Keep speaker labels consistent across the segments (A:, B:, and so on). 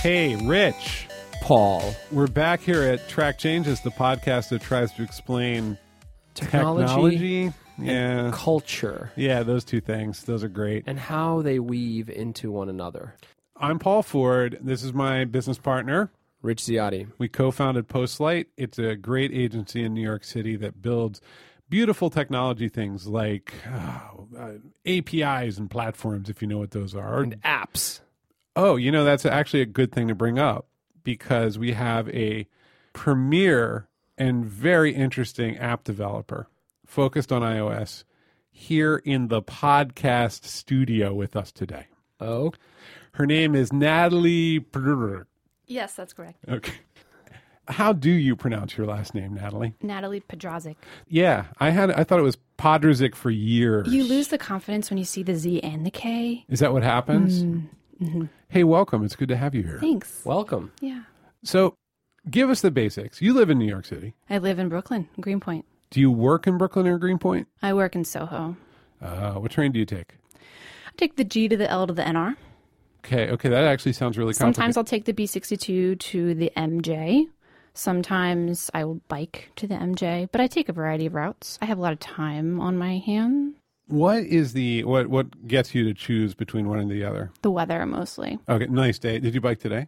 A: Hey, Rich.
B: Paul.
A: We're back here at Track Changes, the podcast that tries to explain
B: Technology,
A: technology. Yeah.
B: culture,
A: yeah, those two things. Those are great.
B: and how they weave into one another.
A: I'm Paul Ford. This is my business partner.
B: Rich Ziotti.
A: We co founded Postlight. It's a great agency in New York City that builds beautiful technology things like oh, uh, APIs and platforms, if you know what those are.
B: And apps.
A: Oh, you know, that's actually a good thing to bring up because we have a premier and very interesting app developer focused on iOS here in the podcast studio with us today.
B: Oh,
A: Her name is Natalie. Prrr.
C: Yes, that's correct.
A: Okay. How do you pronounce your last name, Natalie?
C: Natalie Podrazik.
A: Yeah, I had I thought it was Podrzik for years.
C: You lose the confidence when you see the Z and the K.
A: Is that what happens? Hey, welcome. It's good to have you here.
C: Thanks.
B: welcome.
C: Yeah.
A: So, give us the basics. You live in New York City.
C: I live in Brooklyn, Greenpoint.
A: Do you work in Brooklyn or Greenpoint?
C: I work in Soho.
A: Uh, what train do you take?
C: I take the G to the L to the NR.
A: Okay, okay, that actually sounds really complicated.
C: Sometimes I'll take the B62 to the MJ. Sometimes I will bike to the MJ, but I take a variety of routes. I have a lot of time on my hand.
A: what is the what what gets you to choose between one and the other?
C: The weather mostly.
A: Okay, nice day. Did you bike today?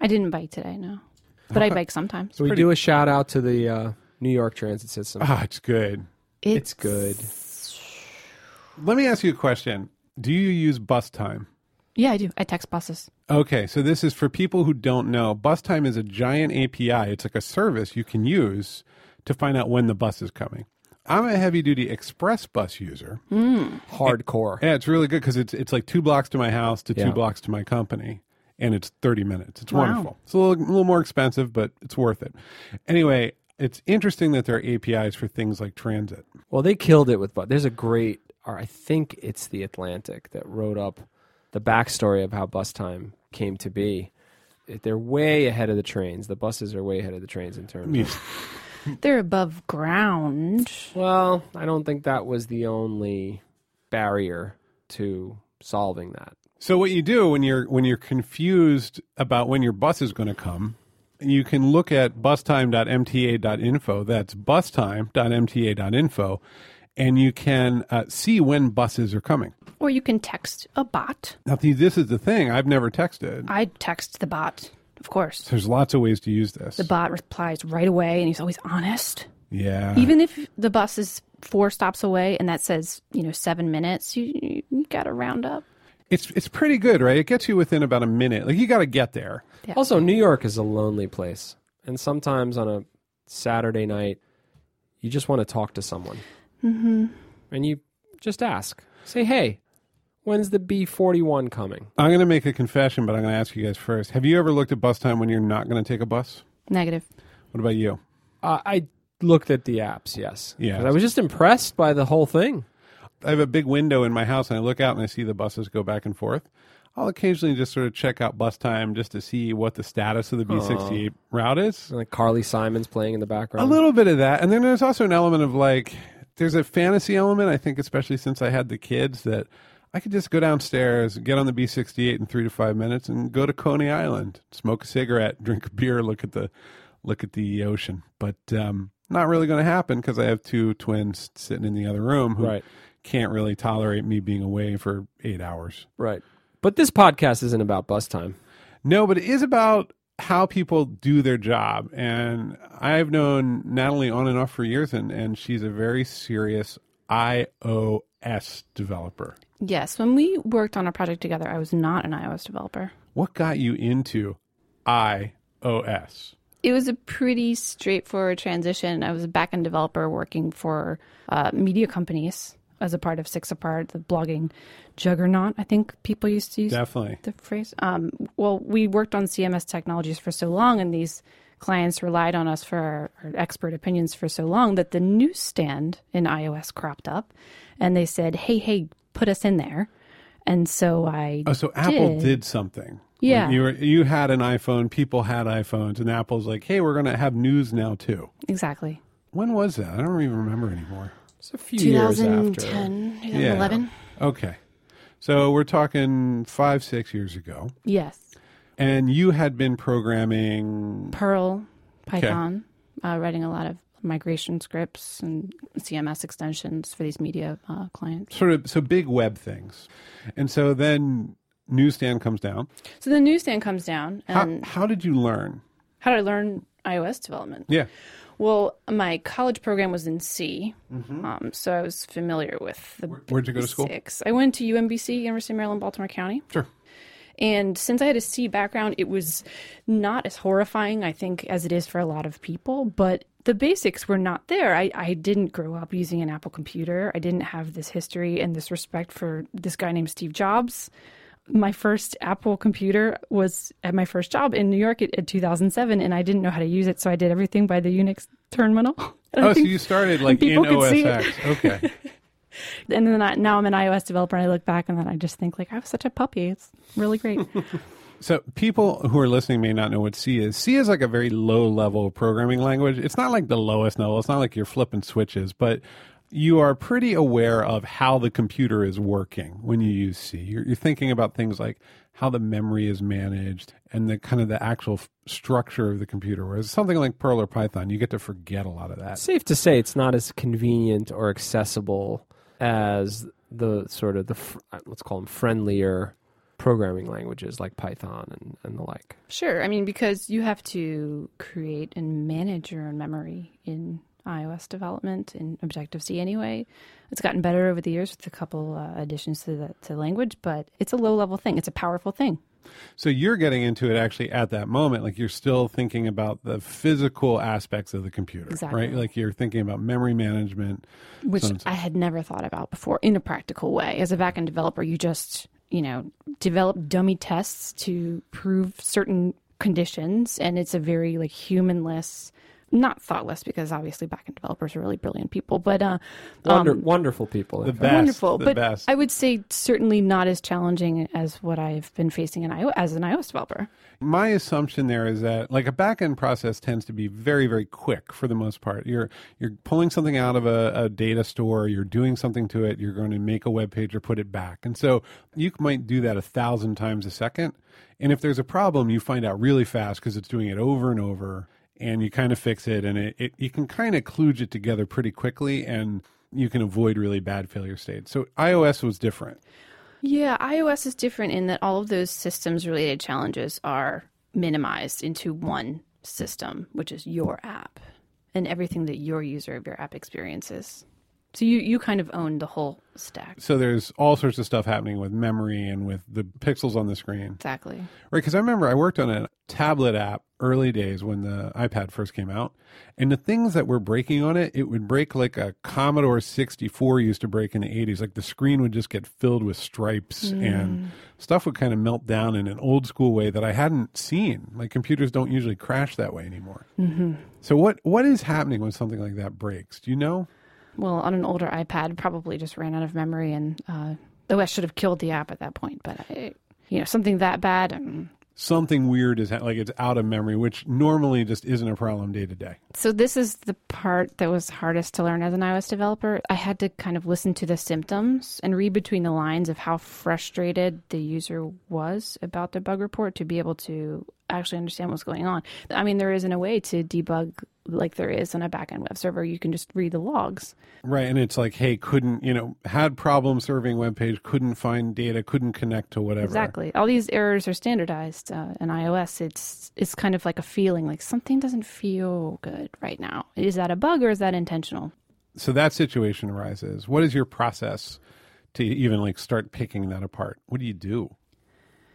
C: I didn't bike today, no. But I bike sometimes.
B: So we do a shout out to the uh, New York Transit System.
A: Ah, it's good.
B: it's good.
A: Let me ask you a question. Do you use bus time?
C: Yeah, I do. I text buses.
A: Okay, so this is for people who don't know. Bus time is a giant API. It's like a service you can use to find out when the bus is coming. I'm a heavy duty express bus user.
B: Hardcore.
A: Yeah, it's really good because it's it's like two blocks to my house to two
B: Yeah.
A: blocks to my company, and it's thirty minutes. It's
C: Wow.
A: wonderful. It's a little, a little more expensive, but it's worth it. Anyway, it's interesting that there are APIs for things like transit.
B: Well, they killed it with but there's a great or I think it's the Atlantic that wrote up the backstory of how bus time came to be. It- They're way ahead of the trains. The buses are way ahead of the trains in terms. Of,
C: They're above ground.
B: well, I don't think that was the only barrier to solving that.
A: So what you do when you're when you're confused about when your bus is going to come, you can look at bustime.mta.info. That's bustime.mta.info, and you can uh, see when buses are coming.
C: Or you can text a bot.
A: Now, see, this is the thing. I've never texted.
C: I text the bot, of course.
A: There's lots of ways to use this.
C: The bot replies right away and he's always honest.
A: yeah.
C: Even if the bus is four stops away and that says, you know, seven minutes, you, you got to round up.
A: It's it's pretty good, right? It gets you within about a minute. Like you got to get there.
C: Yeah.
B: Also, New York is a lonely place, and sometimes on a Saturday night, you just want to talk to someone, mm-hmm. and you just ask, say, "Hey, when's the B forty one coming?"
A: I'm going to make a confession, but I'm going to ask you guys first. Have you ever looked at bus time when you're not going to take a bus?
C: Negative.
A: What about you?
B: Uh, I looked at the apps, yes.
A: Yeah.
B: 'Cause I was just impressed by the whole thing.
A: I have a big window in my house, and I look out and I see the buses go back and forth. I'll occasionally just sort of check out bus time just to see what the status of the B68 route is.
B: And, like Carly Simon's playing in the
A: A
B: background.
A: little bit of that, and then there's also an element of like there's a fantasy element. I think especially since I had the kids that. I could just go downstairs, get on the B68 in three to five minutes, and go to Coney Island, smoke a cigarette, drink a beer, look at the look at the ocean. But um, not really going to happen because I have two twins sitting in the other room who
B: Right.
A: can't really tolerate me being away for eight hours.
B: Right. But this podcast isn't about bus time.
A: No, but it is about how people do their job. And I've known Natalie on and off for years, and, and she's a very serious iOS developer.
C: Yes. When we worked on a project together, I was not an iOS developer.
A: What got you into iOS?
C: It was a pretty straightforward transition. I was a back end developer working for uh, media companies as a part of Six Apart, the blogging juggernaut, I think people used to use
A: Definitely.
C: the phrase. Um, well, we worked on CMS technologies for so long, and these clients relied on us for our, our expert opinions for so long that the newsstand in iOS cropped up, and they said, "Hey, hey, put us in there." And so I
A: Oh, so Apple did,
C: did.
A: something.
C: Yeah.
A: You, were, you had an iPhone, people had iPhones, and Apple's like, hey, we're going to have news now, too.
C: exactly
A: When was that? I don't even remember anymore.
B: It's a few years after.
C: 2010,
A: Yeah.
C: 2011.
A: Okay. So we're talking five, six years ago.
C: Yes.
A: And you had been programming.
C: Perl, Python, uh, writing a lot of migration scripts and CMS extensions for these media uh, clients.
A: sort of so big web things. And so then newsstand comes down.
C: So the newsstand comes down,
A: How,
C: and
A: how did you learn?
C: how did I learn iOS development?
A: Yeah.
C: Well, my college program was in C, um, so I was familiar with the.
A: Mm-hmm. Where'd you go to school?
C: basics. I went to UMBC, University of Maryland, Baltimore County.
A: Sure.
C: And since I had a C background, it was not as horrifying, I think, as it is for a lot of people, but the basics were not there. I, I didn't grow up using an Apple computer. I didn't have this history and this respect for this guy named Steve Jobs. My first Apple computer was at my first job in New York in, in 2007, and I didn't know how to use it, so I did everything by the Unix terminal. And I
A: Oh, so
C: think-
A: you started like in
C: people could see it.
A: OSX. Okay.
C: and then I, now I'm an iOS developer, and I look back and then I just think like I was such a puppy. It's really great.
A: So people who are listening may not know what C is. C is like a very low level programming language. It's not like the lowest level. It's not like you're flipping switches, but you are pretty aware of how the computer is working when you use C. You're, you're thinking about things like how the memory is managed and the kind of the actual f- structure of the computer. Whereas something like Perl or Python, you get to forget a lot of that.
B: safe to say it's not as convenient or accessible as the sort of the fr- uh, let's call them friendlier programming languages like Python and, and the like.
C: Sure. I mean, because you have to create and manage your own memory in iOS development in Objective C anyway. It's gotten better over the years with a couple uh, additions to the to language, but it's a low level thing. It's a powerful thing.
A: So you're getting into it actually at that moment. Like you're still thinking about the physical aspects of the computer,
C: Exactly.
A: right? Like you're thinking about memory management.
C: which
A: Sounds-
C: I had never thought about before in a practical way. As a backend developer, you just, you know, develop dummy tests to prove certain conditions. And it's a very like humanless, not thoughtless, because obviously backend developers are really brilliant people, but uh,
B: Wonder, wonderful people. in
A: The
B: fact.
A: best,
C: wonderful.
A: the
C: but
A: best.
C: I would say certainly not as challenging as what I've been facing in IO- as an iOS developer.
A: My assumption there is that like a back end process tends to be very very quick for the most part. You're you're pulling something out of a, a data store, you're doing something to it, you're going to make a web page or put it back, and so you might do that a thousand times a second. And if there's a problem, you find out really fast because it's doing it over and over, and you kind of fix it, and it, it you can kind of kludge it together pretty quickly, and you can avoid really bad failure states. So iOS was different.
C: Yeah, iOS is different in that all of those systems related challenges are minimized into one system, which is your app and everything that your user of your app experiences. So you, you kind of own the whole stack.
A: So there's all sorts of stuff happening with memory and with the pixels on the screen.
C: Exactly.
A: Right, because I remember I worked on a tablet app early days when the iPad first came out, and the things that were breaking on it, it would break like a Commodore 64 used to break in the 80s. Like the screen would just get filled with stripes and stuff would kind of melt down in an old school way that I hadn't seen. Like computers don't usually crash that way anymore. So what what is happening when something like that breaks? Do you know?
C: Well, on an older iPad, probably just ran out of memory, and uh, OS should have killed the app at that point. But I, you know, something that bad, um,
A: Something weird is ha- like it's out of memory, which normally just isn't a problem day to day.
C: So this is the part that was hardest to learn as an iOS developer. I had to kind of listen to the symptoms and read between the lines of how frustrated the user was about the bug report to be able to actually understand what's going on. I mean, there isn't a way to debug like there is on a backend web server. You can just read the logs.
A: Right, and it's like, hey, couldn't you know had problem serving web page, couldn't find data, couldn't connect to whatever.
C: Exactly. All these errors are standardized uh, in iOS. It's it's kind of like a feeling like something doesn't feel good right now. Is that a bug or is that intentional?
A: So that situation arises. What is your process to even like start picking that apart? What do you do?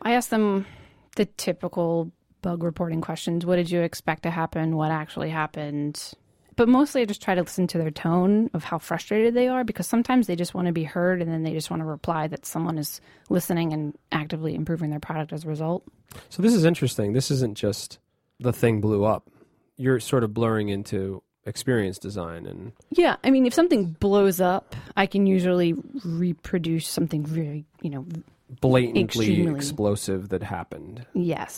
C: I asked them the typical bug reporting questions. What did you expect to happen? What actually happened? But mostly I just try to listen to their tone of how frustrated they are because sometimes they just want to be heard and then they just want to reply that someone is listening and actively improving their product as a result.
B: So this is interesting. This isn't just the thing blew up. You're sort of blurring into experience design and
C: Yeah, I mean, if something blows up, I can usually reproduce something very, you know,
B: blatantly
C: Extremely.
B: explosive that happened.
C: yes.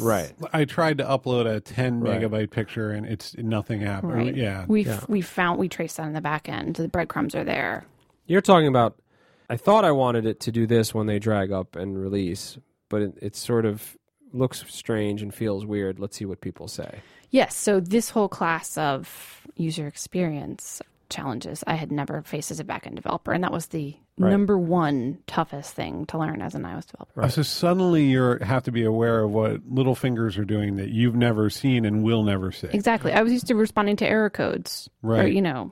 A: I tried to upload a ten
B: Right.
A: megabyte picture, and it's nothing happened.
C: Right.
A: Yeah,
C: We have we found we traced that in the back end. The breadcrumbs are there.
B: You're talking about. I thought I wanted it to do this when they drag up and release, but it, it's sort of looks strange and feels weird. Let's see what people say.
C: Yes. So this whole class of user experience challenges, I had never faced as a backend developer, and that was the
B: Right.
C: number one toughest thing to learn as an iOS developer.
A: So suddenly you have to be aware of what little fingers are doing that you've never seen and will never see.
C: Exactly. I was used to responding to error codes, Or,
A: Right.
C: you know,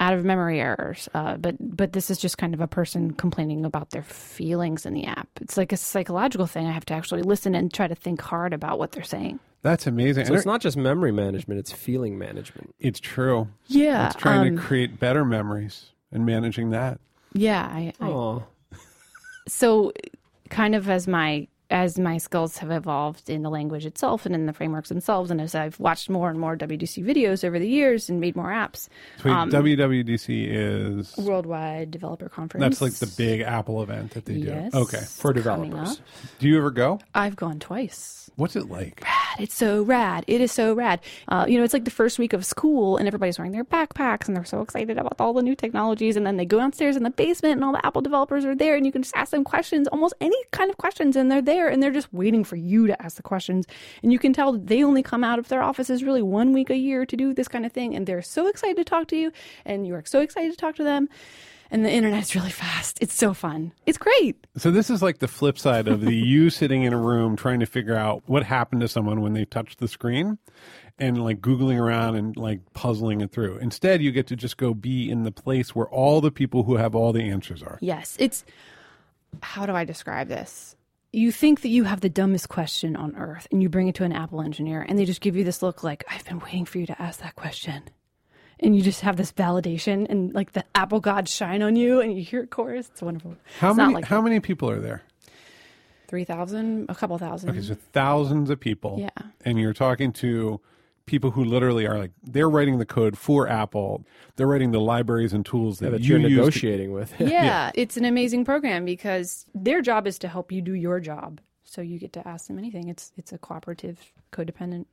C: out of memory errors. Uh, but but this is just kind of a person complaining about their feelings in the app. It's like a psychological thing. I have to actually listen and try to think hard about what they're saying.
A: That's amazing.
B: So
A: And
B: it's not just memory management; it's feeling management.
A: it's true.
C: Yeah.
A: It's trying
C: um,
A: to create better memories and managing that.
C: yeah. I, I
B: Oh,
C: so kind of as my as my skills have evolved in the language itself and in the frameworks themselves and as i've watched more and more wdc videos over the years and made more apps
A: So wait,
C: um,
A: WWDC is
C: worldwide developer conference
A: that's like the big Apple event that they
C: yes,
A: do. Okay.
B: for
C: coming
B: developers.
C: up.
A: Do you ever go?
C: i've gone twice
A: What's it like?
C: God, it's so rad it is so rad uh, you know it's like the first week of school and everybody's wearing their backpacks and they're so excited about all the new technologies and then they go downstairs in the basement and all the apple developers are there and you can just ask them questions almost any kind of questions and they're there and they're just waiting for you to ask the questions and you can tell that they only come out of their offices really one week a year to do this kind of thing and they're so excited to talk to you and you're so excited to talk to them and the internet's really fast it's so fun it's great
A: So this is like the flip side of the you sitting in a room trying to figure out what happened to someone when they touched the screen and like googling around and like puzzling it through. Instead, you get to just go be in the place where all the people who have all the answers are.
C: Yes, it's how do I describe this? You think that you have the dumbest question on earth and you bring it to an Apple engineer and they just give you this look like I've been waiting for you to ask that question. And you just have this validation and like the Apple gods shine on you and you hear it chorus. It's wonderful.
A: How
C: it's
A: many
C: not like
A: how many people are there?
C: 3,000, a couple thousand.
A: Okay, so thousands of people.
C: Yeah.
A: And you're talking to people who literally are like they're writing the code for Apple. They're writing the libraries and tools that,
B: that
A: you
B: you're
A: use to-
B: negotiating with.
C: yeah, it's an amazing program because their job is to help you do your job. So you get to ask them anything. It's it's a cooperative, codependent,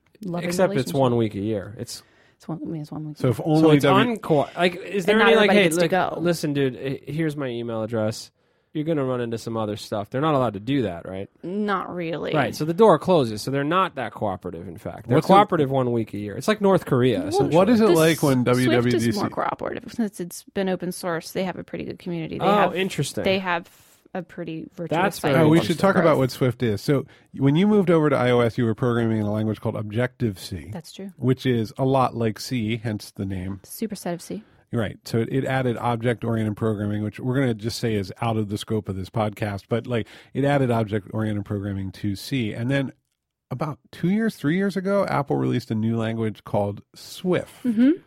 C: loving
B: Except it's
C: relationship.
B: one week a year. It's
C: It's one. I mean, it's one week.
A: So if
B: so
A: only
B: it's
A: W-
B: unco- Like, is there
C: not
B: any like,
C: everybody
B: hey,
C: gets to
B: look,
C: go.
B: listen, dude, eh, here's my email address. You're gonna run into some other stuff. They're not allowed to do that, right?
C: Not really.
B: Right. So the door closes. So they're not that cooperative. In fact, they're
A: What's the-
B: cooperative one week a year. It's like North Korea. essentially.
A: what is it
C: The
A: like when
C: Swift is more
A: WWDC
C: cooperative since it's been open source. They have a pretty good community. They
B: oh,
C: have,
B: interesting.
C: They have a pretty virtuous.
B: That's
C: cycle
A: Oh,
B: very
A: we
C: of
A: should talk
C: growth.
A: about what Swift is. So, when you moved over to iOS, you were programming in a language called Objective C,
C: That's true.
A: which is a lot like C, hence the name.
C: Superset of C.
A: Right. So, it, it added object oriented programming, which we're going to just say is out of the scope of this podcast, but like it added object oriented programming to C. And then about two years, three years ago, Apple released a new language called Swift.
C: Mm-hmm.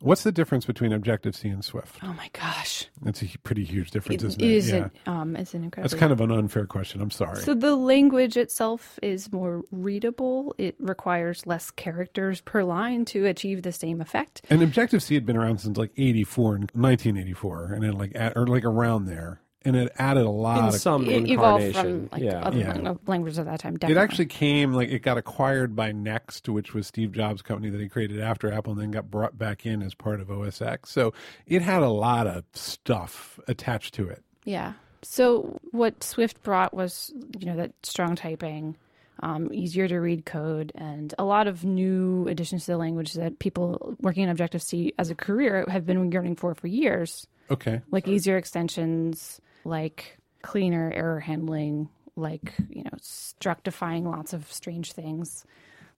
A: What's the difference between Objective C and Swift?
C: Oh my gosh,
A: That's a hu- pretty huge difference,
C: it
A: isn't it?
C: is an um, it's an incredible.
A: That's kind of an unfair question. I'm sorry.
C: so the language itself is more readable. It requires less characters per line to achieve the same effect.
A: And Objective C had been around since like 84 and 1984 and then like at, or like around there and it added a
B: in
A: lot of
B: some
C: It evolved
B: incarnation?
C: from like
B: yeah.
C: other
A: Yeah.
C: languages of that time.
A: it
C: Definitely.
A: actually came like it got acquired by Next, which was Steve Jobs' company that he created after Apple, and then got brought back in as part of OS X. So it had a lot of stuff attached to it.
C: Yeah. So what Swift brought was, you know, that strong typing, um, easier to read code, and a lot of new additions to the language that people working in Objective C as a career have been yearning for for years,
A: Okay,
C: like easier extensions, like cleaner error handling, like you know, structifying lots of strange things.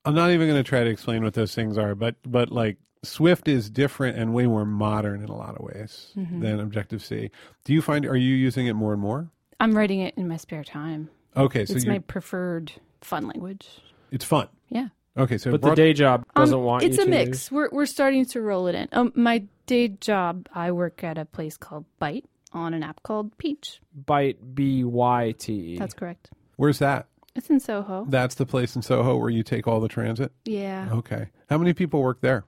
A: I'm not even going to try to explain what those things are, but but like Swift is different and way more modern in a lot of ways
C: Mm-hmm.
A: than Objective C. Do you find are you using it more and more?
C: I'm writing it in my spare time.
A: Okay, so
C: it's
A: you,
C: my preferred fun language.
A: it's fun.
C: Yeah.
A: Okay, so it
B: But the
A: brought-
B: day job doesn't
C: Um,
B: want
C: it's
B: you
C: a
B: to
C: mix we're, we're starting to roll it in um, my day job i work at a place called bite on an app called peach
B: Byte B Y T E.
C: that's correct
A: Where's that?
C: it's in soho
A: That's the place in Soho where you take all the transit.
C: yeah
B: Oh.
A: Okay. How many people work there?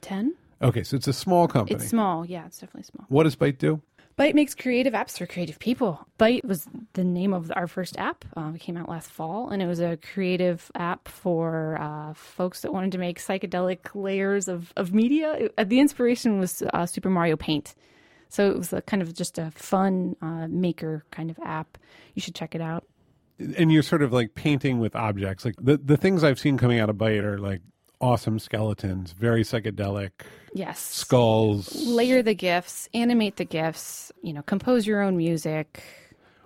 C: 10
A: Okay, so it's a small company.
C: it's small yeah it's definitely small
A: what does Byte do?
C: Byte makes creative apps for creative people. Byte was the name of our first app. Um, it came out last fall, and it was a creative app for uh, folks that wanted to make psychedelic layers of, of media. It- uh, the inspiration was uh, Super Mario Paint. So it was a kind of just a fun uh, maker kind of app. You should check it out.
A: and you're sort of like painting with objects. Like the the things I've seen coming out of Byte are like awesome skeletons, very psychedelic
C: Yes.
A: skulls.
C: Layer the gifts, animate the gifts, you know, compose your own music,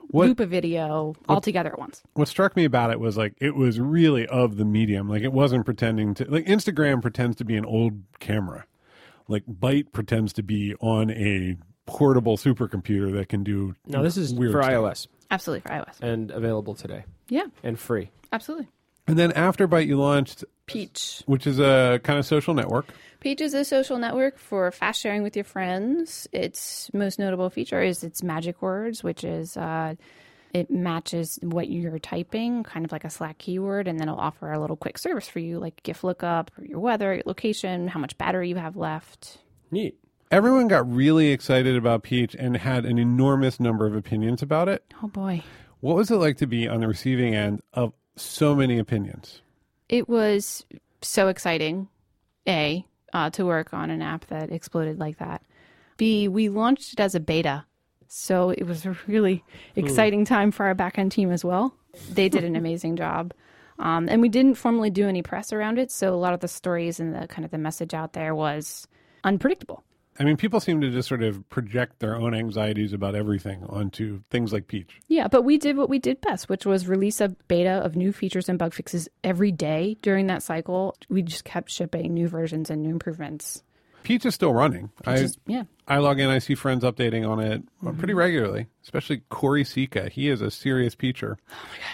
A: What-
C: loop a video all together at once.
A: What struck me about it was like it was really of the medium. Like it wasn't pretending to like Instagram pretends to be an old camera. Like Byte pretends to be on a portable supercomputer that can do
B: No, this is
A: weird
B: for
A: stuff.
B: iOS
C: Absolutely for iOS.
B: and available today
C: Yeah,
B: and free.
C: absolutely.
A: And then after Byte you launched
C: Peach.
A: which is a kind of social network.
C: Peach is a social network for fast sharing with your friends. Its most notable feature is its magic words, which is uh, it matches what you're typing, kind of like a Slack keyword, and then it'll offer a little quick service for you, like gift lookup, or your weather, your location, how much battery you have left.
B: Neat.
A: Everyone got really excited about Peach and had an enormous number of opinions about it.
C: Oh boy.
A: What was it like to be on the receiving end of so many opinions?
C: It was so exciting, A, uh, to work on an app that exploded like that. B, we launched it as a beta. So it was a really exciting time for our backend team as well. They did an amazing job. Um, and we didn't formally do any press around it. So a lot of the stories and the kind of the message out there was unpredictable.
A: I mean, people seem to just sort of project their own anxieties about everything onto things like Peach.
C: Yeah, but we did what we did best, which was release a beta of new features and bug fixes every day during that cycle. We just kept shipping new versions and new improvements.
A: Peach is still running. I,
C: Just- yeah.
A: I log in, I see friends updating on it uh,
C: Mm-hmm.
A: pretty regularly, especially Corey Sika. He is a serious Peacher.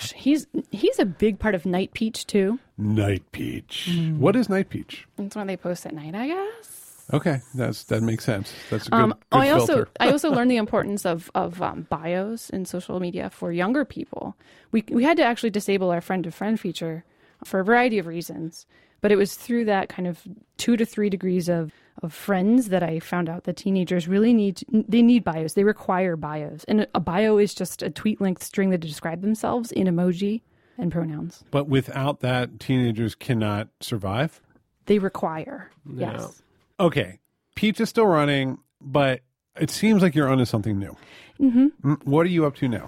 C: Gosh, he's he's a big part of Night Peach too.
A: Night Peach.
C: Mm.
A: What is Night Peach?
C: That's when they post at night, I guess.
A: Okay, that's that makes sense. That's a good,
C: Um,
A: Mm, good
C: I also
A: filter.
C: I also learned the importance of of um, bios in social media for younger people. We we had to actually disable our friend to friend feature for a variety of reasons, but it was through that kind of two to three degrees of of friends that I found out that teenagers really need they need bios. They require bios, and a bio is just a tweet length string that describe themselves in emoji and pronouns.
A: But without that, teenagers cannot survive.
C: They require yes.
A: Okay, Peach is still running, but it seems like you're onto something new. Mm-hmm. What are you up to now?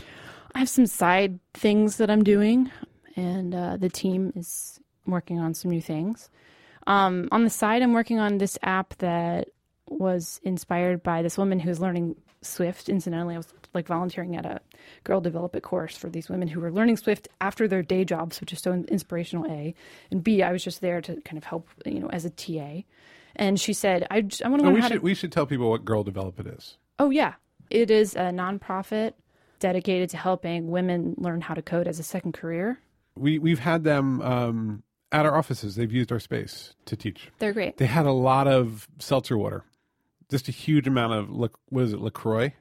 C: I have some side things that I'm doing, and uh, the team is working on some new things. Um, on the side, I'm working on this app that was inspired by this woman who's learning Swift. Incidentally, I was like volunteering at a girl develop it course for these women who were learning Swift after their day jobs, which is so inspirational. A and B, I was just there to kind of help, you know, as a TA. And she said, "I, j- I want to
A: Oh,
C: learn
A: we
C: how
A: should
C: to
A: we should tell people what Girl Develop It is.
C: Oh, yeah. It is a nonprofit dedicated to helping women learn how to code as a second career.
A: We we've had them um, at our offices. They've used our space to teach.
C: They're great.
A: They had a lot of seltzer water, just a huge amount of La- was it Lacroix?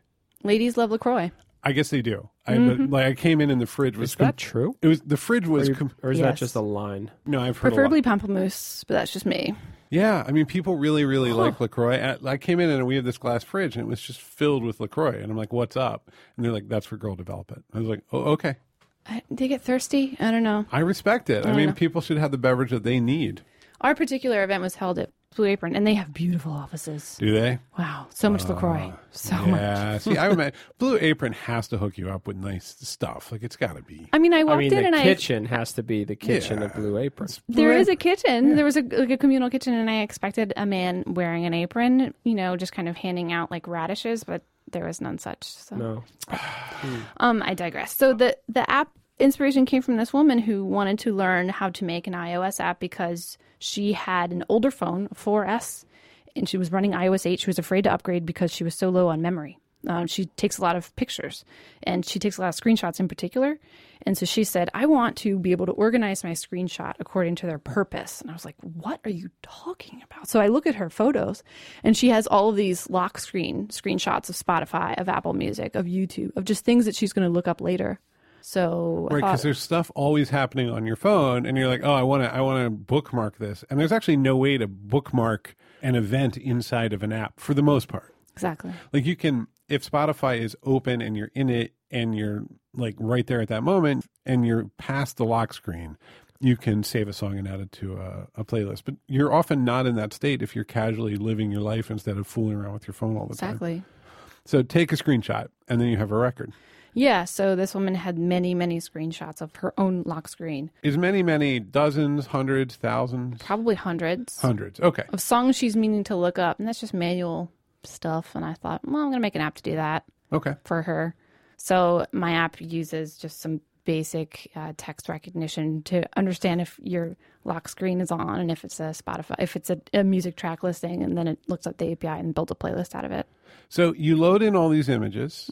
C: Ladies love LaCroix.
A: I guess they do. I like I came in and the fridge was
B: Is that true?
A: it was the fridge was com-
B: Or is that
C: Yes.
B: just a line?
A: no I've heard a lot.
C: Preferably pamplemousse, but that's just me.
A: Yeah, I mean, people really, really like Lacroix. And I came in and we had this glass fridge, and it was just filled with Lacroix. And I'm like, "What's up?" And they're like, "That's for girl development." I was like, "Oh, okay."
C: I, they get thirsty. I don't know.
A: I respect it. I, mean, people should have the beverage that they need.
C: Our particular event was held at Blue Apron, and they have beautiful offices.
A: Do they?
C: Wow. So much LaCroix. So much.
A: yeah. See, I imagine Blue Apron has to hook you up with nice stuff. Like it's got to be.
C: I mean, I walked
B: I mean,
C: in
B: the
C: and I.
B: kitchen has to be the kitchen of
A: Yeah.
B: Blue Apron.
C: There is a kitchen. There was a, like a communal kitchen, and I expected a man wearing an apron, you know, just kind of handing out like radishes, but there was none such. So.
B: No.
C: Um, I digress. So the the app inspiration came from this woman who wanted to learn how to make an iOS app because she had an older phone, a 4S, and she was running iOS 8. She was afraid to upgrade because she was so low on memory. Um, she takes a lot of pictures and she takes a lot of screenshots in particular. And so she said, I want to be able to organize my screenshot according to their purpose. And I was like, What are you talking about? So I look at her photos and she has all of these lock screen screenshots of Spotify, of Apple Music, of YouTube, of just things that she's going to look up later. So I
A: Right, because
C: thought,
A: there's stuff always happening on your phone, and you're like, "Oh, I want to, I want to bookmark this," and there's actually no way to bookmark an event inside of an app for the most part.
C: exactly.
A: like you can if spotify is open and you're in it and you're like right there at that moment and you're past the lock screen you can save a song and add it to a, a playlist but you're often not in that state if you're casually living your life instead of fooling around with your phone all the time
C: Exactly.
A: so take a screenshot and then you have a record
C: Yeah, so this woman had many, many screenshots of her own lock screen,
A: Is many, many dozens, hundreds, thousands?
C: probably hundreds
A: Hundreds. Okay.
C: of songs she's meaning to look up, and that's just manual stuff. And I thought, well, I'm going to make an app to do that
A: Okay.
C: for her. So my app uses just some basic uh, text recognition to understand if your lock screen is on and if it's a Spotify, if it's a, a music track listing, and then it looks up the API and builds a playlist out of it.
A: So you load in all these images.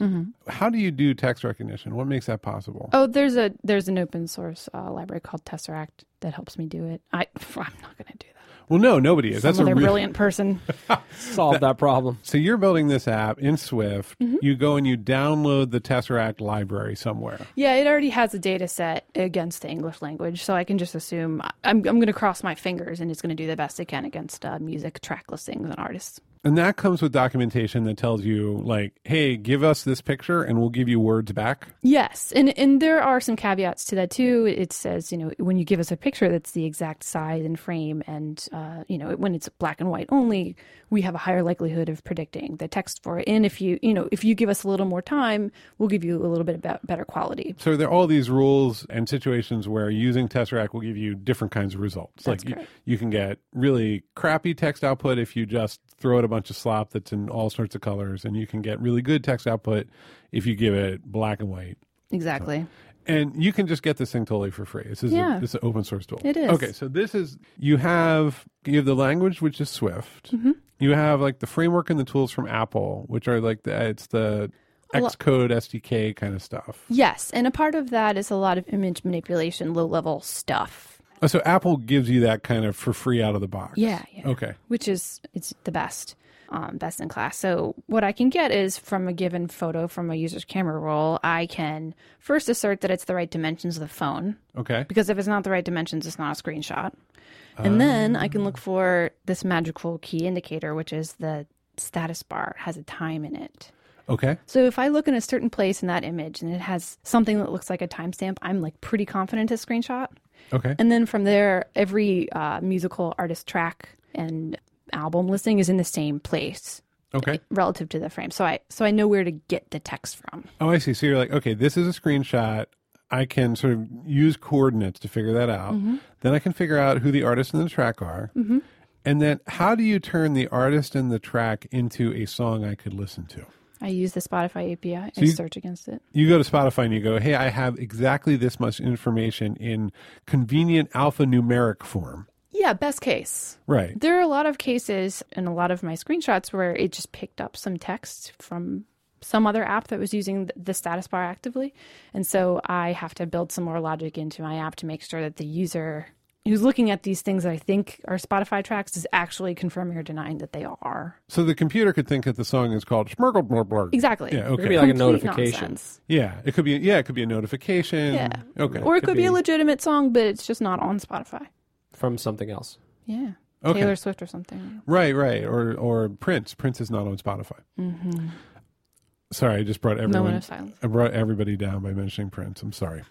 A: How do you do text recognition? What makes that possible?
C: Oh, there's a there's an open source uh, library called Tesseract that helps me do it. I I'm not going to do that.
A: Well, no, nobody is. That's
C: Some
A: a
C: other
A: real-
C: brilliant person.
B: Solve that problem.
A: So you're building this app in Swift. You go and you download the Tesseract library somewhere.
C: Yeah, it already has a data set against the English language, so I can just assume I'm, I'm going to cross my fingers and it's going to do the best it can against uh, music track listings and artists.
A: And that comes with documentation that tells you, like, hey, give us this picture and we'll give you words back.
C: Yes, and and there are some caveats to that too. It says you know when you give us a picture that's the exact size and frame, and uh, you know when it's black and white only, we have a higher likelihood of predicting the text for it. And if you you know if you give us a little more time, we'll give you a little bit about better quality.
A: So there are all these rules and situations where using Tesseract will give you different kinds of results.
C: That's
A: like you,
C: correct.
A: you can get really crappy text output if you just throw it a bunch of slop that's in all sorts of colors, and you can get really good text output if you give it black and white.
C: Exactly.
A: And you can just get this thing totally for free. This is
C: Yeah.
A: a, this is an open source tool.
C: It is.
A: Okay, so this is you have you have the language which is Swift.
C: Mm-hmm.
A: You have like the framework and the tools from Apple, which are like the it's the
C: lo-
A: Xcode SDK kind of stuff.
C: Yes, and a part of that is a lot of image manipulation, low level stuff.
A: Oh, so Apple gives you that kind of for free out of the box.
C: Yeah, yeah.
A: Okay.
C: which is it's the best um, best in class so what i can get is from a given photo from a user's camera roll i can first assert that it's the right dimensions of the phone
A: Okay.
C: because if it's not the right dimensions it's not a screenshot and then i can look for this magical key indicator which is the status bar It has a time in it
A: Okay.
C: so if i look in a certain place in that image and it has something that looks like a timestamp i'm like pretty confident it's a screenshot
A: Okay.
C: and then from there, every uh, musical artist track and album listing is in the same place
A: Okay.
C: relative to the frame. So I so I know where to get the text from.
A: Oh, I see. So you're like, okay, this is a screenshot. I can sort of use coordinates to figure that out.
C: Mm-hmm.
A: Then I can figure out who the artist and the track are. And then how do you turn the artist and the track into a song I could listen to?
C: I use the Spotify API. I
A: you-
C: search against it.
A: You go to Spotify and you go, hey, I have exactly this much information in convenient alphanumeric form.
C: Yeah, best case.
A: Right.
C: There are a lot of cases and a lot of my screenshots where it just picked up some text from some other app that was using th- the status bar actively. And so I have to build some more logic into my app to make sure that the user who's looking at these things that I think are Spotify tracks is actually confirming or denying that they are.
A: So the computer could think that the song is called Schmergle Blur Blur.
C: Exactly.
A: Yeah.
B: It could
A: Okay.
B: be like a
C: Complete
B: notification.
C: nonsense.
A: Yeah, it could be. Yeah, it could be a notification.
C: Yeah.
A: Okay.
C: Or it could,
B: could
C: be,
B: be-
C: a legitimate song, but it's just not on Spotify.
B: from something else.
C: Yeah.
A: Okay.
C: Taylor Swift or something.
A: right, right. Or or Prince. Prince is not on Spotify. Mm-hmm. Sorry, I just brought
C: No
A: everyone.
C: one Mm-hmm. of silence.
A: I brought everybody down by mentioning Prince. I'm sorry.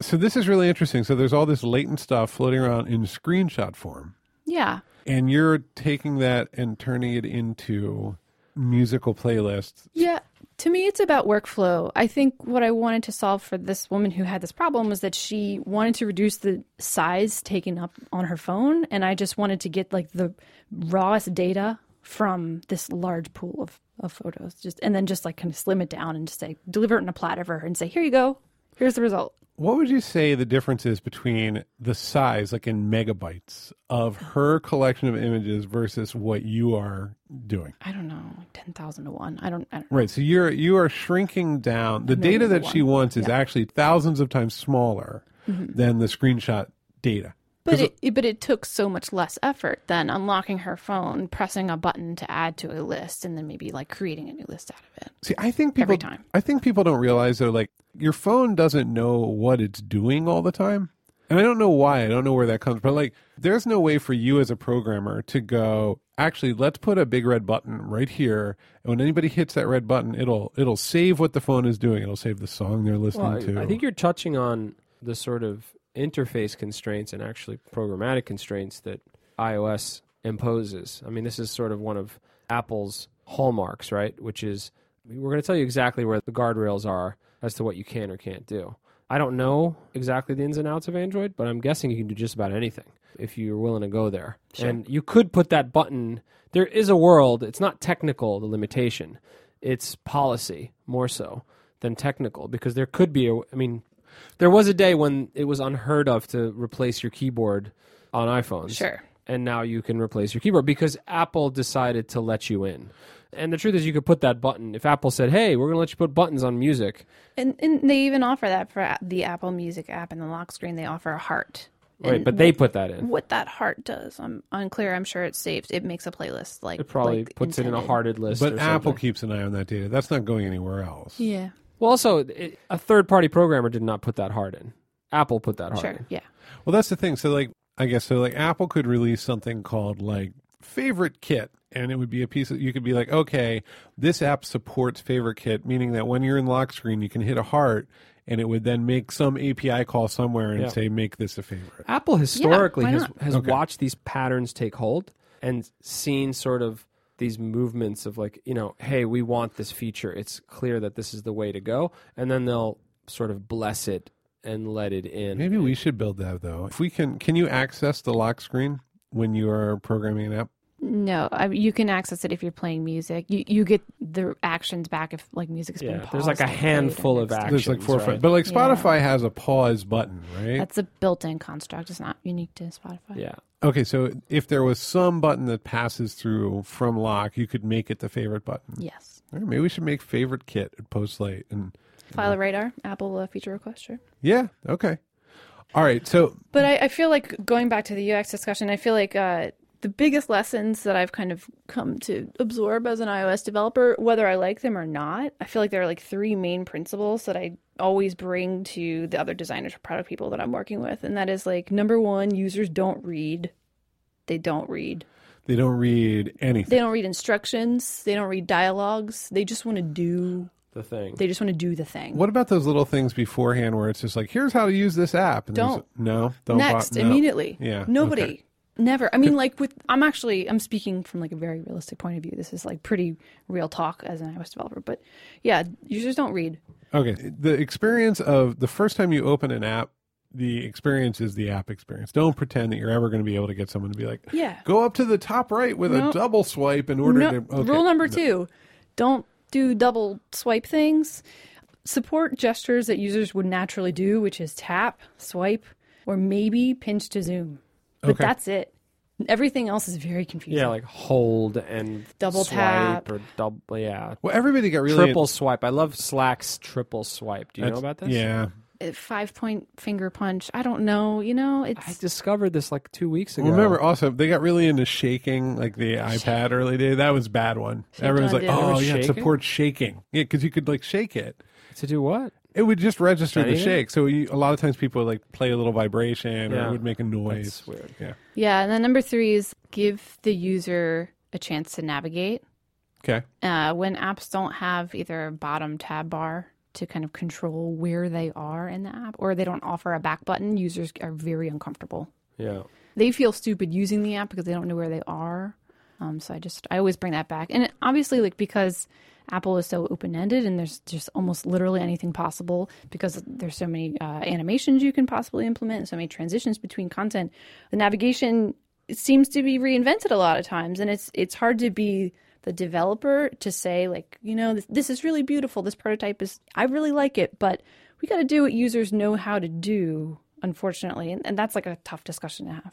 A: So this is really interesting. So there's all this latent stuff floating around in screenshot form,
C: Yeah.
A: and you're taking that and turning it into musical playlists.
C: Yeah. To me, it's about workflow. I think what I wanted to solve for this woman who had this problem was that she wanted to reduce the size taken up on her phone. And I just wanted to get like the rawest data from this large pool of, of photos, just and then just like kind of slim it down and just say, deliver it in a platter for her and say, here you go. Here's the result.
A: What would you say the difference is between the size, like in megabytes, of her collection of images versus what you are doing?
C: I don't know, like 10,000 to one. I don't, I don't
A: Right. So you're you are shrinking down. The data that she wants is actually thousands of times smaller
C: Mm-hmm.
A: than the screenshot data.
C: But it, it- but it took so much less effort than unlocking her phone, pressing a button to add to a list, and then maybe like creating a new list out of it.
A: See, I think people
C: Every time.
A: I think people don't realize though, like your phone doesn't know what it's doing all the time. And I don't know why. I don't know where that comes from. Like, there's no way for you as a programmer to go, actually, let's put a big red button right here. And when anybody hits that red button, it'll it'll save what the phone is doing. It'll save the song they're listening
B: Well,
A: to.
B: I, I think you're touching on the sort of interface constraints and actually programmatic constraints that iOS imposes. I mean, this is sort of one of Apple's hallmarks, right? Which is We're going to tell you exactly where the guardrails are as to what you can or can't do. I don't know exactly the ins and outs of Android, but I'm guessing you can do just about anything if you're willing to go there.
C: Sure.
B: And you could put that button. There is a world, it's not technical, the limitation, it's policy more so than technical because there could be a, I mean, there was a day when it was unheard of to replace your keyboard on iPhones
C: Sure.
B: and now you can replace your keyboard because Apple decided to let you in. And the truth is, you could put that button. If Apple said, "Hey, we're going to let you put buttons on music,"
C: And, and they even offer that for a- the Apple Music app and the lock screen. They offer a heart.
B: right?
C: And
B: But they put that in.
C: what that heart does, I'm unclear. I'm sure it saves. It makes a playlist like
B: It probably
C: like
B: puts it in a
C: intended.
B: hearted list.
A: But
B: or
A: Apple
B: something.
A: keeps an eye on that data. That's not going anywhere else.
C: Yeah.
B: Well, also, it, a third-party programmer did not put that hard in. Apple put that hard
C: Sure.
B: in.
C: Yeah.
A: Well, that's the thing. So, like, I guess so. Like, Apple could release something called like favorite kit, and it would be a piece that you could be like, okay, this app supports favorite kit, meaning that when you're in lock screen, you can hit a heart, and it would then make some API call somewhere and
B: Yeah.
A: say, make this a favorite.
B: Apple historically
C: why
B: has,
C: not?
B: has
A: Okay.
B: watched these patterns take hold and seen sort of these movements of like, you know, hey, we want this feature. It's clear that this is the way to go. And then they'll sort of bless it and let it in.
A: Maybe we should build that though. If we can, can you access the lock screen when you are programming an app?
C: No, I, you can access it if you're playing music. You you get the actions back if like music's been
B: Yeah,
C: paused.
B: there's like a
C: or played or
B: handful of
C: mixed.
B: actions.
A: There's like four or
B: right?
A: five, but like
C: Yeah.
A: Spotify has a pause button, right?
C: That's a built-in construct. It's not unique to Spotify.
B: Yeah.
A: Okay, so if there was some button that passes through from lock, you could make it the favorite button.
C: Yes.
A: All right, maybe we should make favorite kit at post late and
C: File a radar. Apple uh, feature request. Sure.
A: yeah, okay. All right, so
C: But I, I feel like going back to the UX discussion, I feel like uh, the biggest lessons that I've kind of come to absorb as an iOS developer, whether I like them or not, I feel like there are like three main principles that I always bring to the other designers or product people that I'm working with. And that is like number one, users don't read. They don't read.
A: they don't read anything.
C: They don't read instructions. They don't read dialogues. They just want to do.
B: The thing.
C: They just want to do the thing.
A: What about those little things beforehand where it's just like, here's how to use this app? And there's-
C: Don't.
A: No, don't. bo-
C: next
A: no.
C: immediately
A: Yeah,
C: nobody
A: okay.
C: never i mean like with i'm actually i'm speaking from like a very realistic point of view this is like pretty real talk as an ios developer but yeah users don't read
A: Okay. The experience of the first time you open an app, the experience is the app experience. Don't pretend that you're ever going to be able to get someone to be like,
C: Yeah.
A: go up to the top right with a
C: No.
A: double swipe in order
C: No-
A: to. Okay.
C: rule number two don't do double swipe things support gestures that users would naturally do which is tap swipe or maybe pinch to zoom but
A: Okay.
C: that's it everything else is very confusing
B: Yeah, like hold and
C: Double
B: swipe
C: tap.
B: or double. Yeah.
A: Well, everybody got really.
B: Triple swipe. I love Slack's triple swipe. Do you know about this?
A: Yeah.
C: Uh, five point finger punch i don't know you know it's
B: I discovered this like two weeks ago.
A: Well, Remember, also they got really into shaking, like the iPad early day. That was a bad one. Everyone's like,
C: on it.
A: "Oh
B: Remember
A: yeah, it
B: shaking?
A: supports shaking." Yeah, because you could like shake it.
B: to do what?
A: It would just register the
B: Anything?
A: shake. So you, a lot of times people would like play a little vibration, or
B: Yeah.
A: it would make a noise.
B: That's weird.
A: Yeah.
C: Yeah, and then number three is give the user a chance to navigate.
A: Okay.
C: Uh, when apps don't have either a bottom tab bar to kind of control where they are in the app, or they don't offer a back button, users are very uncomfortable.
B: Yeah.
C: They feel stupid using the app because they don't know where they are. Um, so I just I always bring that back, and it, obviously like because Apple is so open ended, and there's just almost literally anything possible because there's so many uh, animations you can possibly implement, and so many transitions between content. The navigation it seems to be reinvented a lot of times, and it's it's hard to be the developer to say like you know this, this is really beautiful. This prototype is I really like it, but we got to do what users know how to do. Unfortunately, and, and that's like a tough discussion to have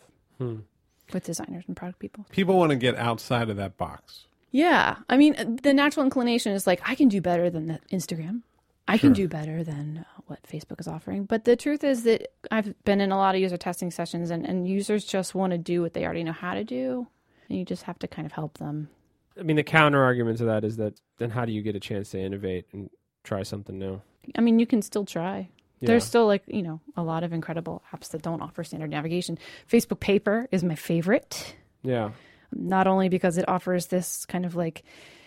C: with designers and product people.
A: People want to get outside of that box.
C: Yeah. I mean, uh, the natural inclination is like, I can do better than the Instagram. I can do better than uh, what Facebook is offering. But the truth is that I've been in a lot of user testing sessions, and, and users just want to do what they already know how to do. And you just have to kind of help them.
B: I mean, the counter argument to that is that then how do you get a chance to innovate and try something new?
C: I mean, you can still try.
B: Yeah.
C: There's still like, you know, a lot of incredible apps that don't offer standard navigation. Facebook Paper is my favorite.
B: yeah.
C: not only because it offers this kind of like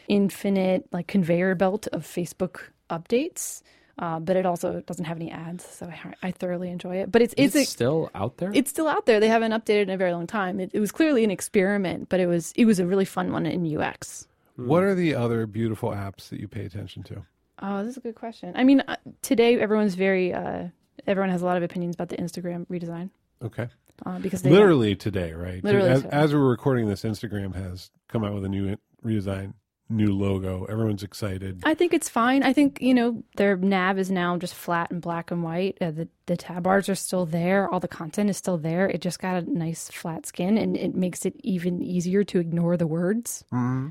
C: infinite like conveyor belt of Facebook updates, uh, but it also doesn't have any ads, so I, I thoroughly enjoy it. But it's
B: Is it
C: it's a,
B: still out there?
C: it's still out there. They haven't updated in a very long time. It, it was clearly an experiment, but it was it was a really fun one in UX.
A: What are the other beautiful apps that you pay attention to?
C: Oh, this is a good question. I mean, uh, today everyone's very uh, everyone has a lot of opinions about the Instagram redesign
A: Okay.
C: uh, because they
A: Literally today, right?
C: Literally
A: as,
C: today.
A: as we're recording this, Instagram has come out with a new redesign, new logo. Everyone's excited.
C: I think it's fine. I think you know their nav is now just flat and black and white. Uh, the the tab bars are still there. All the content is still there. It just got a nice flat skin, and it makes it even easier to ignore the words,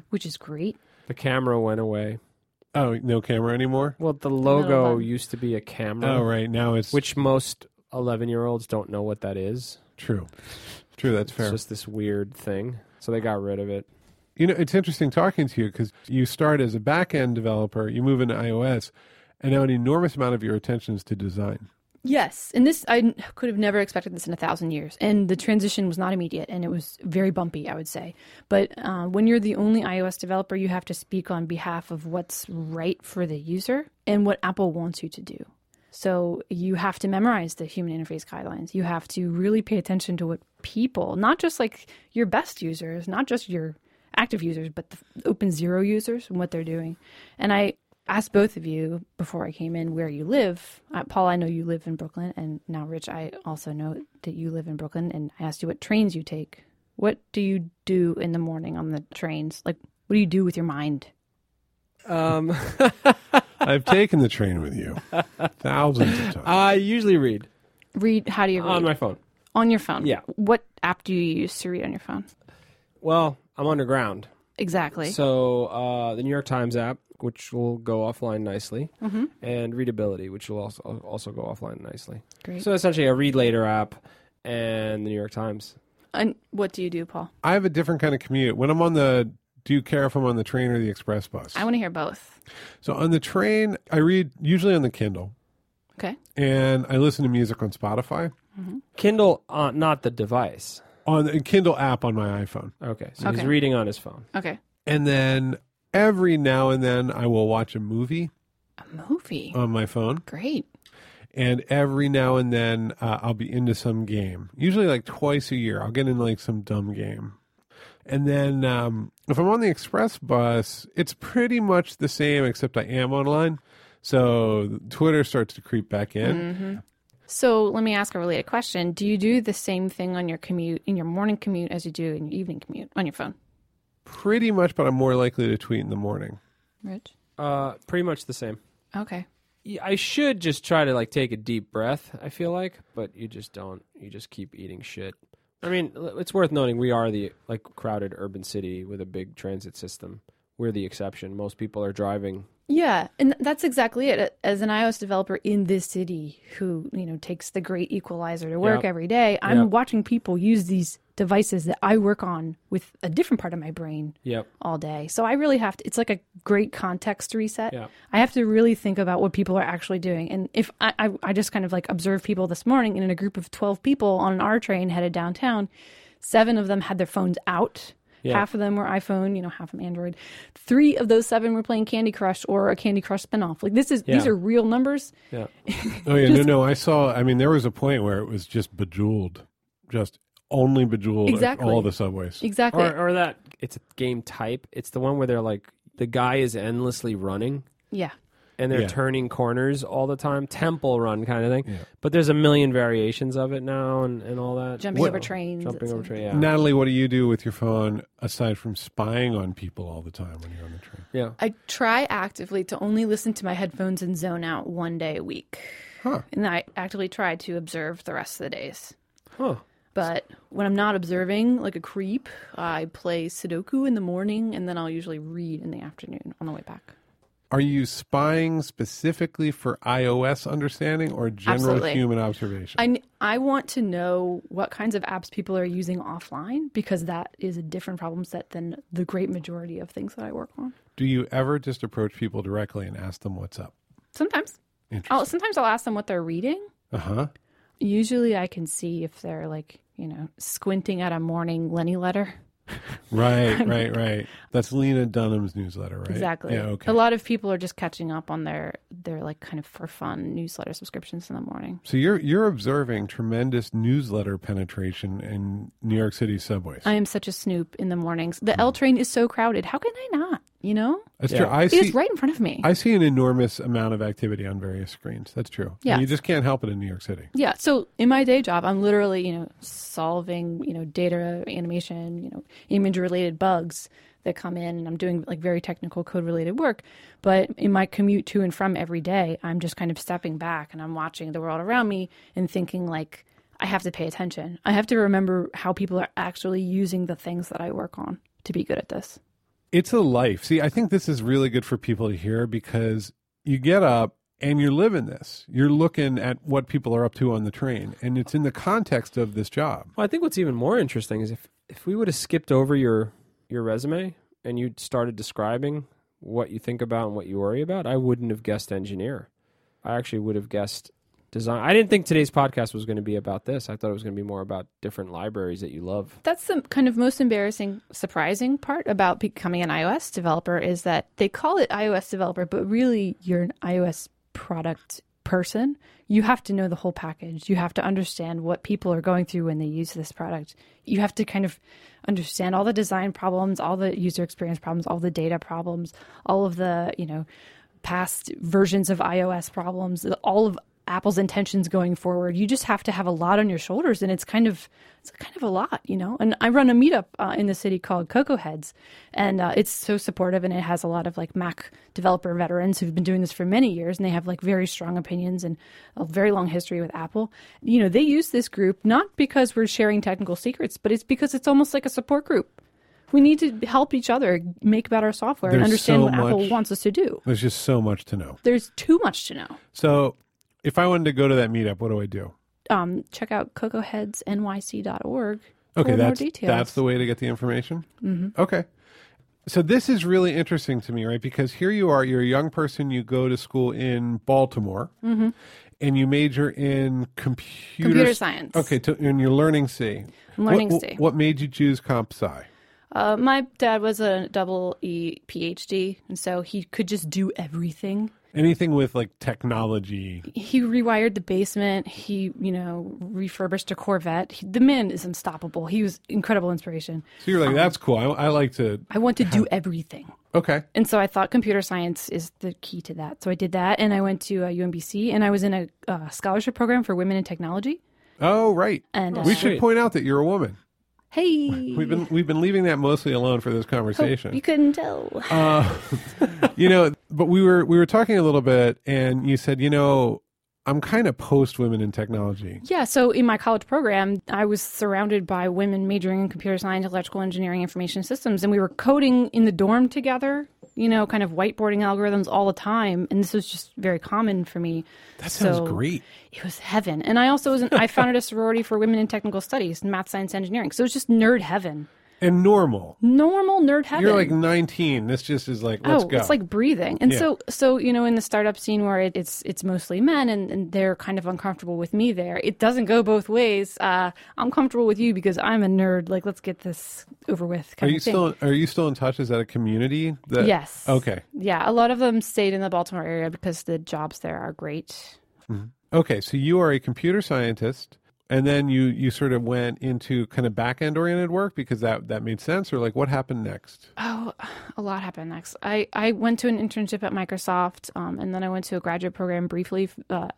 C: which is great.
B: The camera went away.
A: Oh, no camera anymore?
B: Well, the
C: Little
B: logo
C: button.
B: used to be a camera,
A: Oh, right. Now it's
B: which most 11 year olds don't know what that is.
A: true. True, that's fair.
B: It's just this weird thing. So they got rid of it.
A: You know, it's interesting talking to you because you start as a back end developer, you move into iOS, and now an enormous amount of your attention is to design.
C: Yes, and this I n- could have never expected this in a thousand years. And the transition was not immediate, and it was very bumpy, I would say. But uh, when you're the only iOS developer, you have to speak on behalf of what's right for the user and what Apple wants you to do. So you have to memorize the human interface guidelines. You have to really pay attention to what people, not just like your best users, not just your active users, but the open zero users and what they're doing. And I asked both of you before I came in where you live. Uh, Paul, I know you live in Brooklyn, and now Rich, I also know that you live in Brooklyn. And I asked you what trains you take. What do you do in the morning on the trains? Like, what do you do with your mind?
B: Um,
A: I've taken the train with you thousands of times.
B: I usually read
C: Read? How do you read?
B: on my phone.
C: on your phone.
B: Um, Yeah.
C: What app do you use to read on your phone?
B: Well, I'm underground.
C: Exactly.
B: So uh, the New York Times app, which will go offline nicely,
C: Mm-hmm.
B: and readability, which will also also go offline nicely.
C: Great.
B: So essentially, a read later app and the New York Times.
C: and what do you do, Paul?
A: I have a different kind of commute. When I'm on the, do you care if I'm on the train or the express bus?
C: I want to hear both.
A: so on the train, I read usually on the Kindle
C: Okay.
A: and I listen to music on Spotify,
B: Kindle, uh, not the device.
A: on the Kindle app on my iPhone.
B: Okay, so he's
C: Okay.
B: reading on his phone.
C: Okay.
A: And then every now and then I will watch a movie
C: A movie.
B: Uh,
A: on my phone.
C: Great.
A: and every now and then uh, I'll be into some game. Usually, like twice a year, I'll get in like some dumb game. And then um, if I'm on the express bus, it's pretty much the same, except I am online. So Twitter starts to creep back in.
C: So let me ask a related question. Do you do the same thing on your commute, in your morning commute, as you do in your evening commute on your phone?
A: Pretty much, but I'm more likely to tweet in the morning.
C: Rich?
B: Uh, pretty much the same.
C: Okay.
B: Yeah, I should just try to like take a deep breath. I feel like, but you just don't. You just keep eating shit. I mean, l- it's worth noting we are the like crowded urban city with a big transit system. We're the exception. Most people are driving.
C: Yeah, and that's exactly it. As an iOS developer in this city who, you know, takes the great equalizer to work
B: Yeah.
C: every day, I'm
B: Yeah.
C: watching people use these devices that I work on with a different part of my brain
B: Yep.
C: all day. So I really have to it's like a great context reset.
B: Yeah.
C: I have to really think about what people are actually doing. And if I, I I just kind of like observed people this morning and in a group of twelve people on an R train headed downtown, seven of them had their phones out.
B: Yeah.
C: Half of them were iPhone, you know, half of them Android. Three of those seven were playing Candy Crush or a Candy Crush spinoff. Like this is these
B: Yeah.
C: are real numbers.
B: Yeah.
A: Oh yeah, no, no. I saw. I mean, there was a point where it was just bejeweled, just only bejeweled at
C: Exactly.
A: all the subways.
C: Exactly.
B: Or, or that it's a game type. It's the one where they're like the guy is endlessly running
C: yeah.
B: and they're
A: Yeah.
B: turning corners all the time. Temple run kind of thing.
A: Yeah.
B: But there's a million variations of it now and, and all that.
C: Jumping over trains,
B: Jumping over
C: it's-
B: trains. Yeah.
A: Natalie, what do you do with your phone aside from spying on people all the time when you're on the train?
B: yeah.
C: I try actively to only listen to my headphones and zone out one day a week. And I actively try to observe the rest of the days.
B: Huh.
C: But when I'm not observing, like a creep, I play Sudoku in the morning and then I'll usually read in the afternoon on the way back.
A: Are you spying specifically for iOS understanding or general
C: Absolutely.
A: human observation?
C: I, kn- I want to know what kinds of apps people are using offline because that is a different problem set than the great majority of things that I work on.
A: Do you ever just approach people directly and ask them what's up?
C: Sometimes I'll, sometimes I'll ask them what they're reading.
A: Uh huh.
C: Usually I can see if they're like, you know, squinting at a morning Lenny letter.
A: Right, right, right. That's Lena Dunham's newsletter, right?
C: Exactly.
A: Yeah, okay.
C: A lot of people are just catching up on their their like kind of for fun newsletter subscriptions in the morning.
A: So you're you're observing tremendous newsletter penetration in New York City subways.
C: I am such a snoop in the mornings. The L train is so crowded. How can I not? you know?
A: That's
B: Yeah.
A: true. Hmm. I
C: It
A: see.
C: is right in front of me.
A: I see an enormous amount of activity on various screens. That's true.
C: Yeah.
A: And you just can't help it in New York City.
C: Yeah. So in my day job, I'm literally, you know, solving, you know, data animation, you know, image related bugs that come in and I'm doing like very technical code related work. But in my commute to and from every day, I'm just kind of stepping back and I'm watching the world around me and thinking like, I have to pay attention. I have to remember how people are actually using the things that I work on to be good at this.
A: It's a life. See, I think this is really good for people to hear because you get up and you're living this. You're looking at what people are up to on the train, and it's in the context of this job.
B: Well, I think what's even more interesting is if if we would have skipped over your your resume and you started describing what you think about and what you worry about, I wouldn't have guessed engineer. I actually would have guessed design. I didn't think today's podcast was going to be about this. I thought it was going to be more about different libraries that you love.
C: That's the kind of most embarrassing, surprising part about becoming an iOS developer is that they call it iOS developer, but really you're an iOS product person. You have to know the whole package. You have to understand what people are going through when they use this product. You have to kind of understand all the design problems, all the user experience problems, all the data problems, all of the, you know, past versions of iOS problems, all of Apple's intentions going forward. You just have to have a lot on your shoulders, and it's kind of it's kind of a lot, you know. And I run a meetup uh, in the city called Cocoa Heads, and uh, it's so supportive, and it has a lot of like Mac developer veterans who've been doing this for many years, and they have like very strong opinions and a very long history with Apple. You know, they use this group not because we're sharing technical secrets, but it's because it's almost like a support group. We need to help each other make better software and
A: There's
C: understand
A: so
C: what Apple
A: much-
C: wants us to do
A: There's just so much to know.
C: there's too much to know.
A: So, if I wanted to go to that meetup, what do I do?
C: Um, check out cocoheadsnyc.org for
A: Okay,
C: more
A: that's
C: details.
A: that's the way to get the information. Mm-hmm. Okay, so this is really interesting to me, right? Because here you are, you're a young person, you go to school in Baltimore, and you major in computer
C: Mm-hmm. Computer science.
A: Okay, to, and you're learning C.
C: I'm learning
A: what,
C: C.
A: What made you choose comp sci?
C: uh, my dad was a double E PhD, and so he could just do everything.
A: Anything with like technology?
C: He rewired the basement. He, you know, refurbished a Corvette. He, the man is unstoppable. He was incredible inspiration.
A: So you're like, that's cool. I, I like to.
C: I want to
A: Uh-huh.
C: do everything.
A: Okay,
C: And so I thought computer science is the key to that. So I did that, and I went to uh, UMBC, and I was in a uh, scholarship program for women in technology.
A: oh right.
C: And uh,
A: we should
B: Sweet.
A: point out that you're a woman.
C: hey,
A: We've been we've been leaving that mostly alone for this conversation.
C: you couldn't tell.
A: you know but we were we were talking a little bit and you said you know i'm kind of post women in technology
C: Yeah, so in my college program, I was surrounded by women majoring in computer science, electrical engineering, information systems, and we were coding in the dorm together, you know, kind of whiteboarding algorithms all the time. And this was just very common for me.
A: that sounds
C: So-
A: great
C: It was heaven. And I also was an, I founded a sorority for women in technical studies, and math, science, engineering. So it was just nerd heaven.
A: and normal
C: Normal nerd heaven.
A: you're like 19 this just is like let's
C: oh,
A: go
C: it's like breathing. And so, so you know, in the startup scene where it, it's it's mostly men, and, and they're kind of uncomfortable with me there. It doesn't go both ways. Uh, I'm comfortable with you because I'm a nerd. Like, let's get this over with.
A: are
C: Kind
A: you
C: of thing.
A: still are you still in touch is that a community that,
C: Yes.
A: okay
C: Yeah, a lot of them stayed in the Baltimore area because the jobs there are great.
A: okay so you are a computer scientist and then you you sort of went into kind of back end oriented work because that that made sense or like what happened next
C: Oh, a lot happened next. I, I went to an internship at Microsoft, um, and then I went to a graduate program briefly uh,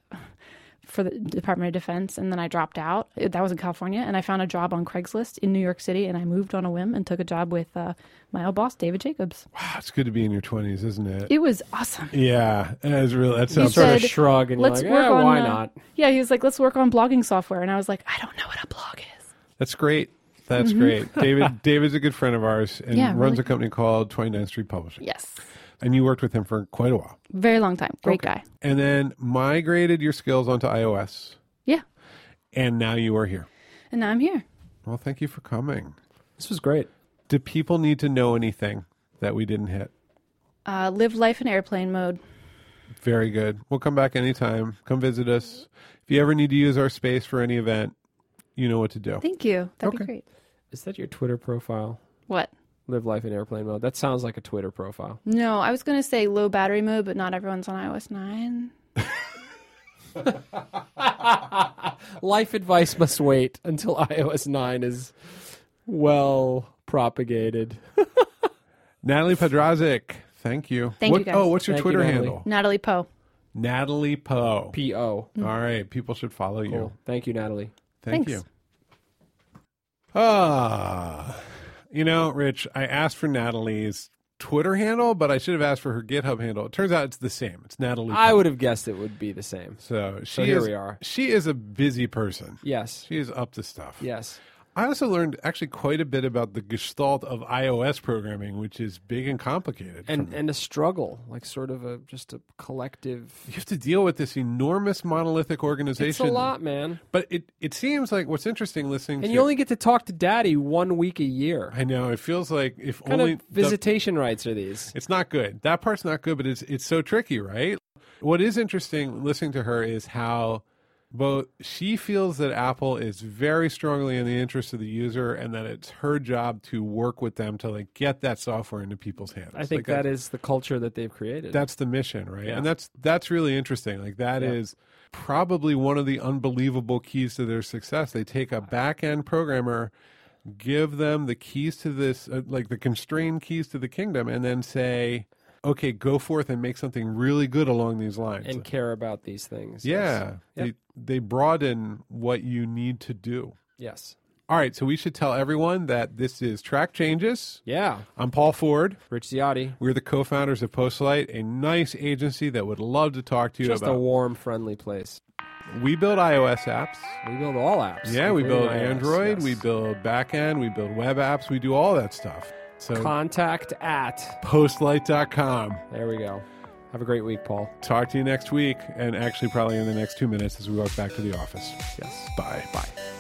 C: for the Department of Defense, and then I dropped out. That was in California, and I found a job on Craigslist in New York City, and I moved on a whim and took a job with uh, my old boss, David Jacobs.
A: wow it's good to be in your 20s isn't it,
C: It was awesome.
A: yeah that is really that
C: You
A: sounds
B: Sort
C: said,
B: of shrug and you're
C: let's
B: like,
C: work
B: "Eh,
C: on
B: why
C: uh,
B: not?
C: Yeah, he was like, let's work on blogging software, and I was like, I don't know what a blog is.
A: That's great. That's great. David David's a good friend of ours and
C: Mm-hmm. Yeah,
A: runs
C: really
A: a company called 29th Street Publishing.
C: Yes,
A: And you worked with him for quite a while.
C: very long time. Great guy.
A: And then migrated your skills onto iOS
C: Yeah,
A: and now you are here.
C: and now I'm here.
A: Well, thank you for coming.
B: This was great.
A: Do people need to know anything that we didn't hit?
C: Uh, live life in airplane mode.
A: Very good. We'll come back anytime. Come visit us. If you ever need to use our space for any event, you know what to do.
C: Thank you. That'd
A: Okay.
C: be great.
B: Is that your Twitter profile?
C: What?
B: Live life in airplane mode. That sounds like a Twitter profile.
C: No, I was going to say low battery mode, but not everyone's on iOS 9.
B: Life advice must wait until iOS 9 is well propagated.
A: Natalie Podrazik, thank you.
C: Thank
A: What-
C: you, guys.
A: Oh, what's your
B: Thank you,
A: Twitter
B: Natalie.
A: handle?
C: Natalie Poe.
A: Natalie Poe.
B: P O.
A: All right, people should follow you.
B: Cool. Thank you, Natalie.
A: Thank
C: Thanks.
A: you. Ah, you know, Rich, I asked for Natalie's Twitter handle, but I should have asked for her GitHub handle. It turns out it's the same. It's Natalie.
B: I
A: Poe.
B: would have guessed it would be the same.
A: So she
B: So here
A: is,
B: we are.
A: She is a busy person.
B: Yes.
A: She is up to stuff.
B: Yes.
A: I also learned actually quite a bit about the gestalt of iOS programming, which is big and complicated.
B: And
A: for me.
B: and a struggle, like sort of a just a collective.
A: you have to deal with this enormous monolithic organization.
B: It's a lot, man.
A: But it, it seems like what's interesting listening
B: And
A: to
B: you only get to talk to Daddy one week a year.
A: I know it feels like if
B: What kind
A: only
B: of
A: the-
B: visitation rights are these?
A: It's not good. That part's not good, but it's it's so tricky, right? What is interesting listening to her is how both she feels that Apple is very strongly in the interest of the user and that it's her job to work with them to like get that software into people's hands.
B: I think
A: like that is
B: that is the culture that they've created.
A: that's the mission, right? And that's that's really interesting. Like that is
B: Yeah.
A: probably one of the unbelievable keys to their success. They take a back-end programmer, give them the keys to this uh, like the constrained keys to the kingdom and then say, "Okay, go forth and make something really good along these lines."
B: and care about these things. Yes.
A: yeah. They they broaden what you need to do.
B: Yes.
A: All right, so we should tell everyone that this is Track Changes.
B: Yeah.
A: I'm Paul Ford.
B: Rich Ziotti.
A: We're the co-founders of Postlight, a nice agency that would love to talk to you
B: Just a
A: about.
B: warm, friendly place.
A: we build iOS apps.
B: We build all apps.
A: Yeah, we
B: including
A: build
B: iOS,
A: Android,
B: yes.
A: we build backend, we build web apps, we do all that stuff. So
B: contact at.
A: postlight.com.
B: There we go. Have a great week, Paul.
A: Talk to you next week and actually probably in the next 2 minutes as we walk back to the office.
B: Yes.
A: Bye. Bye.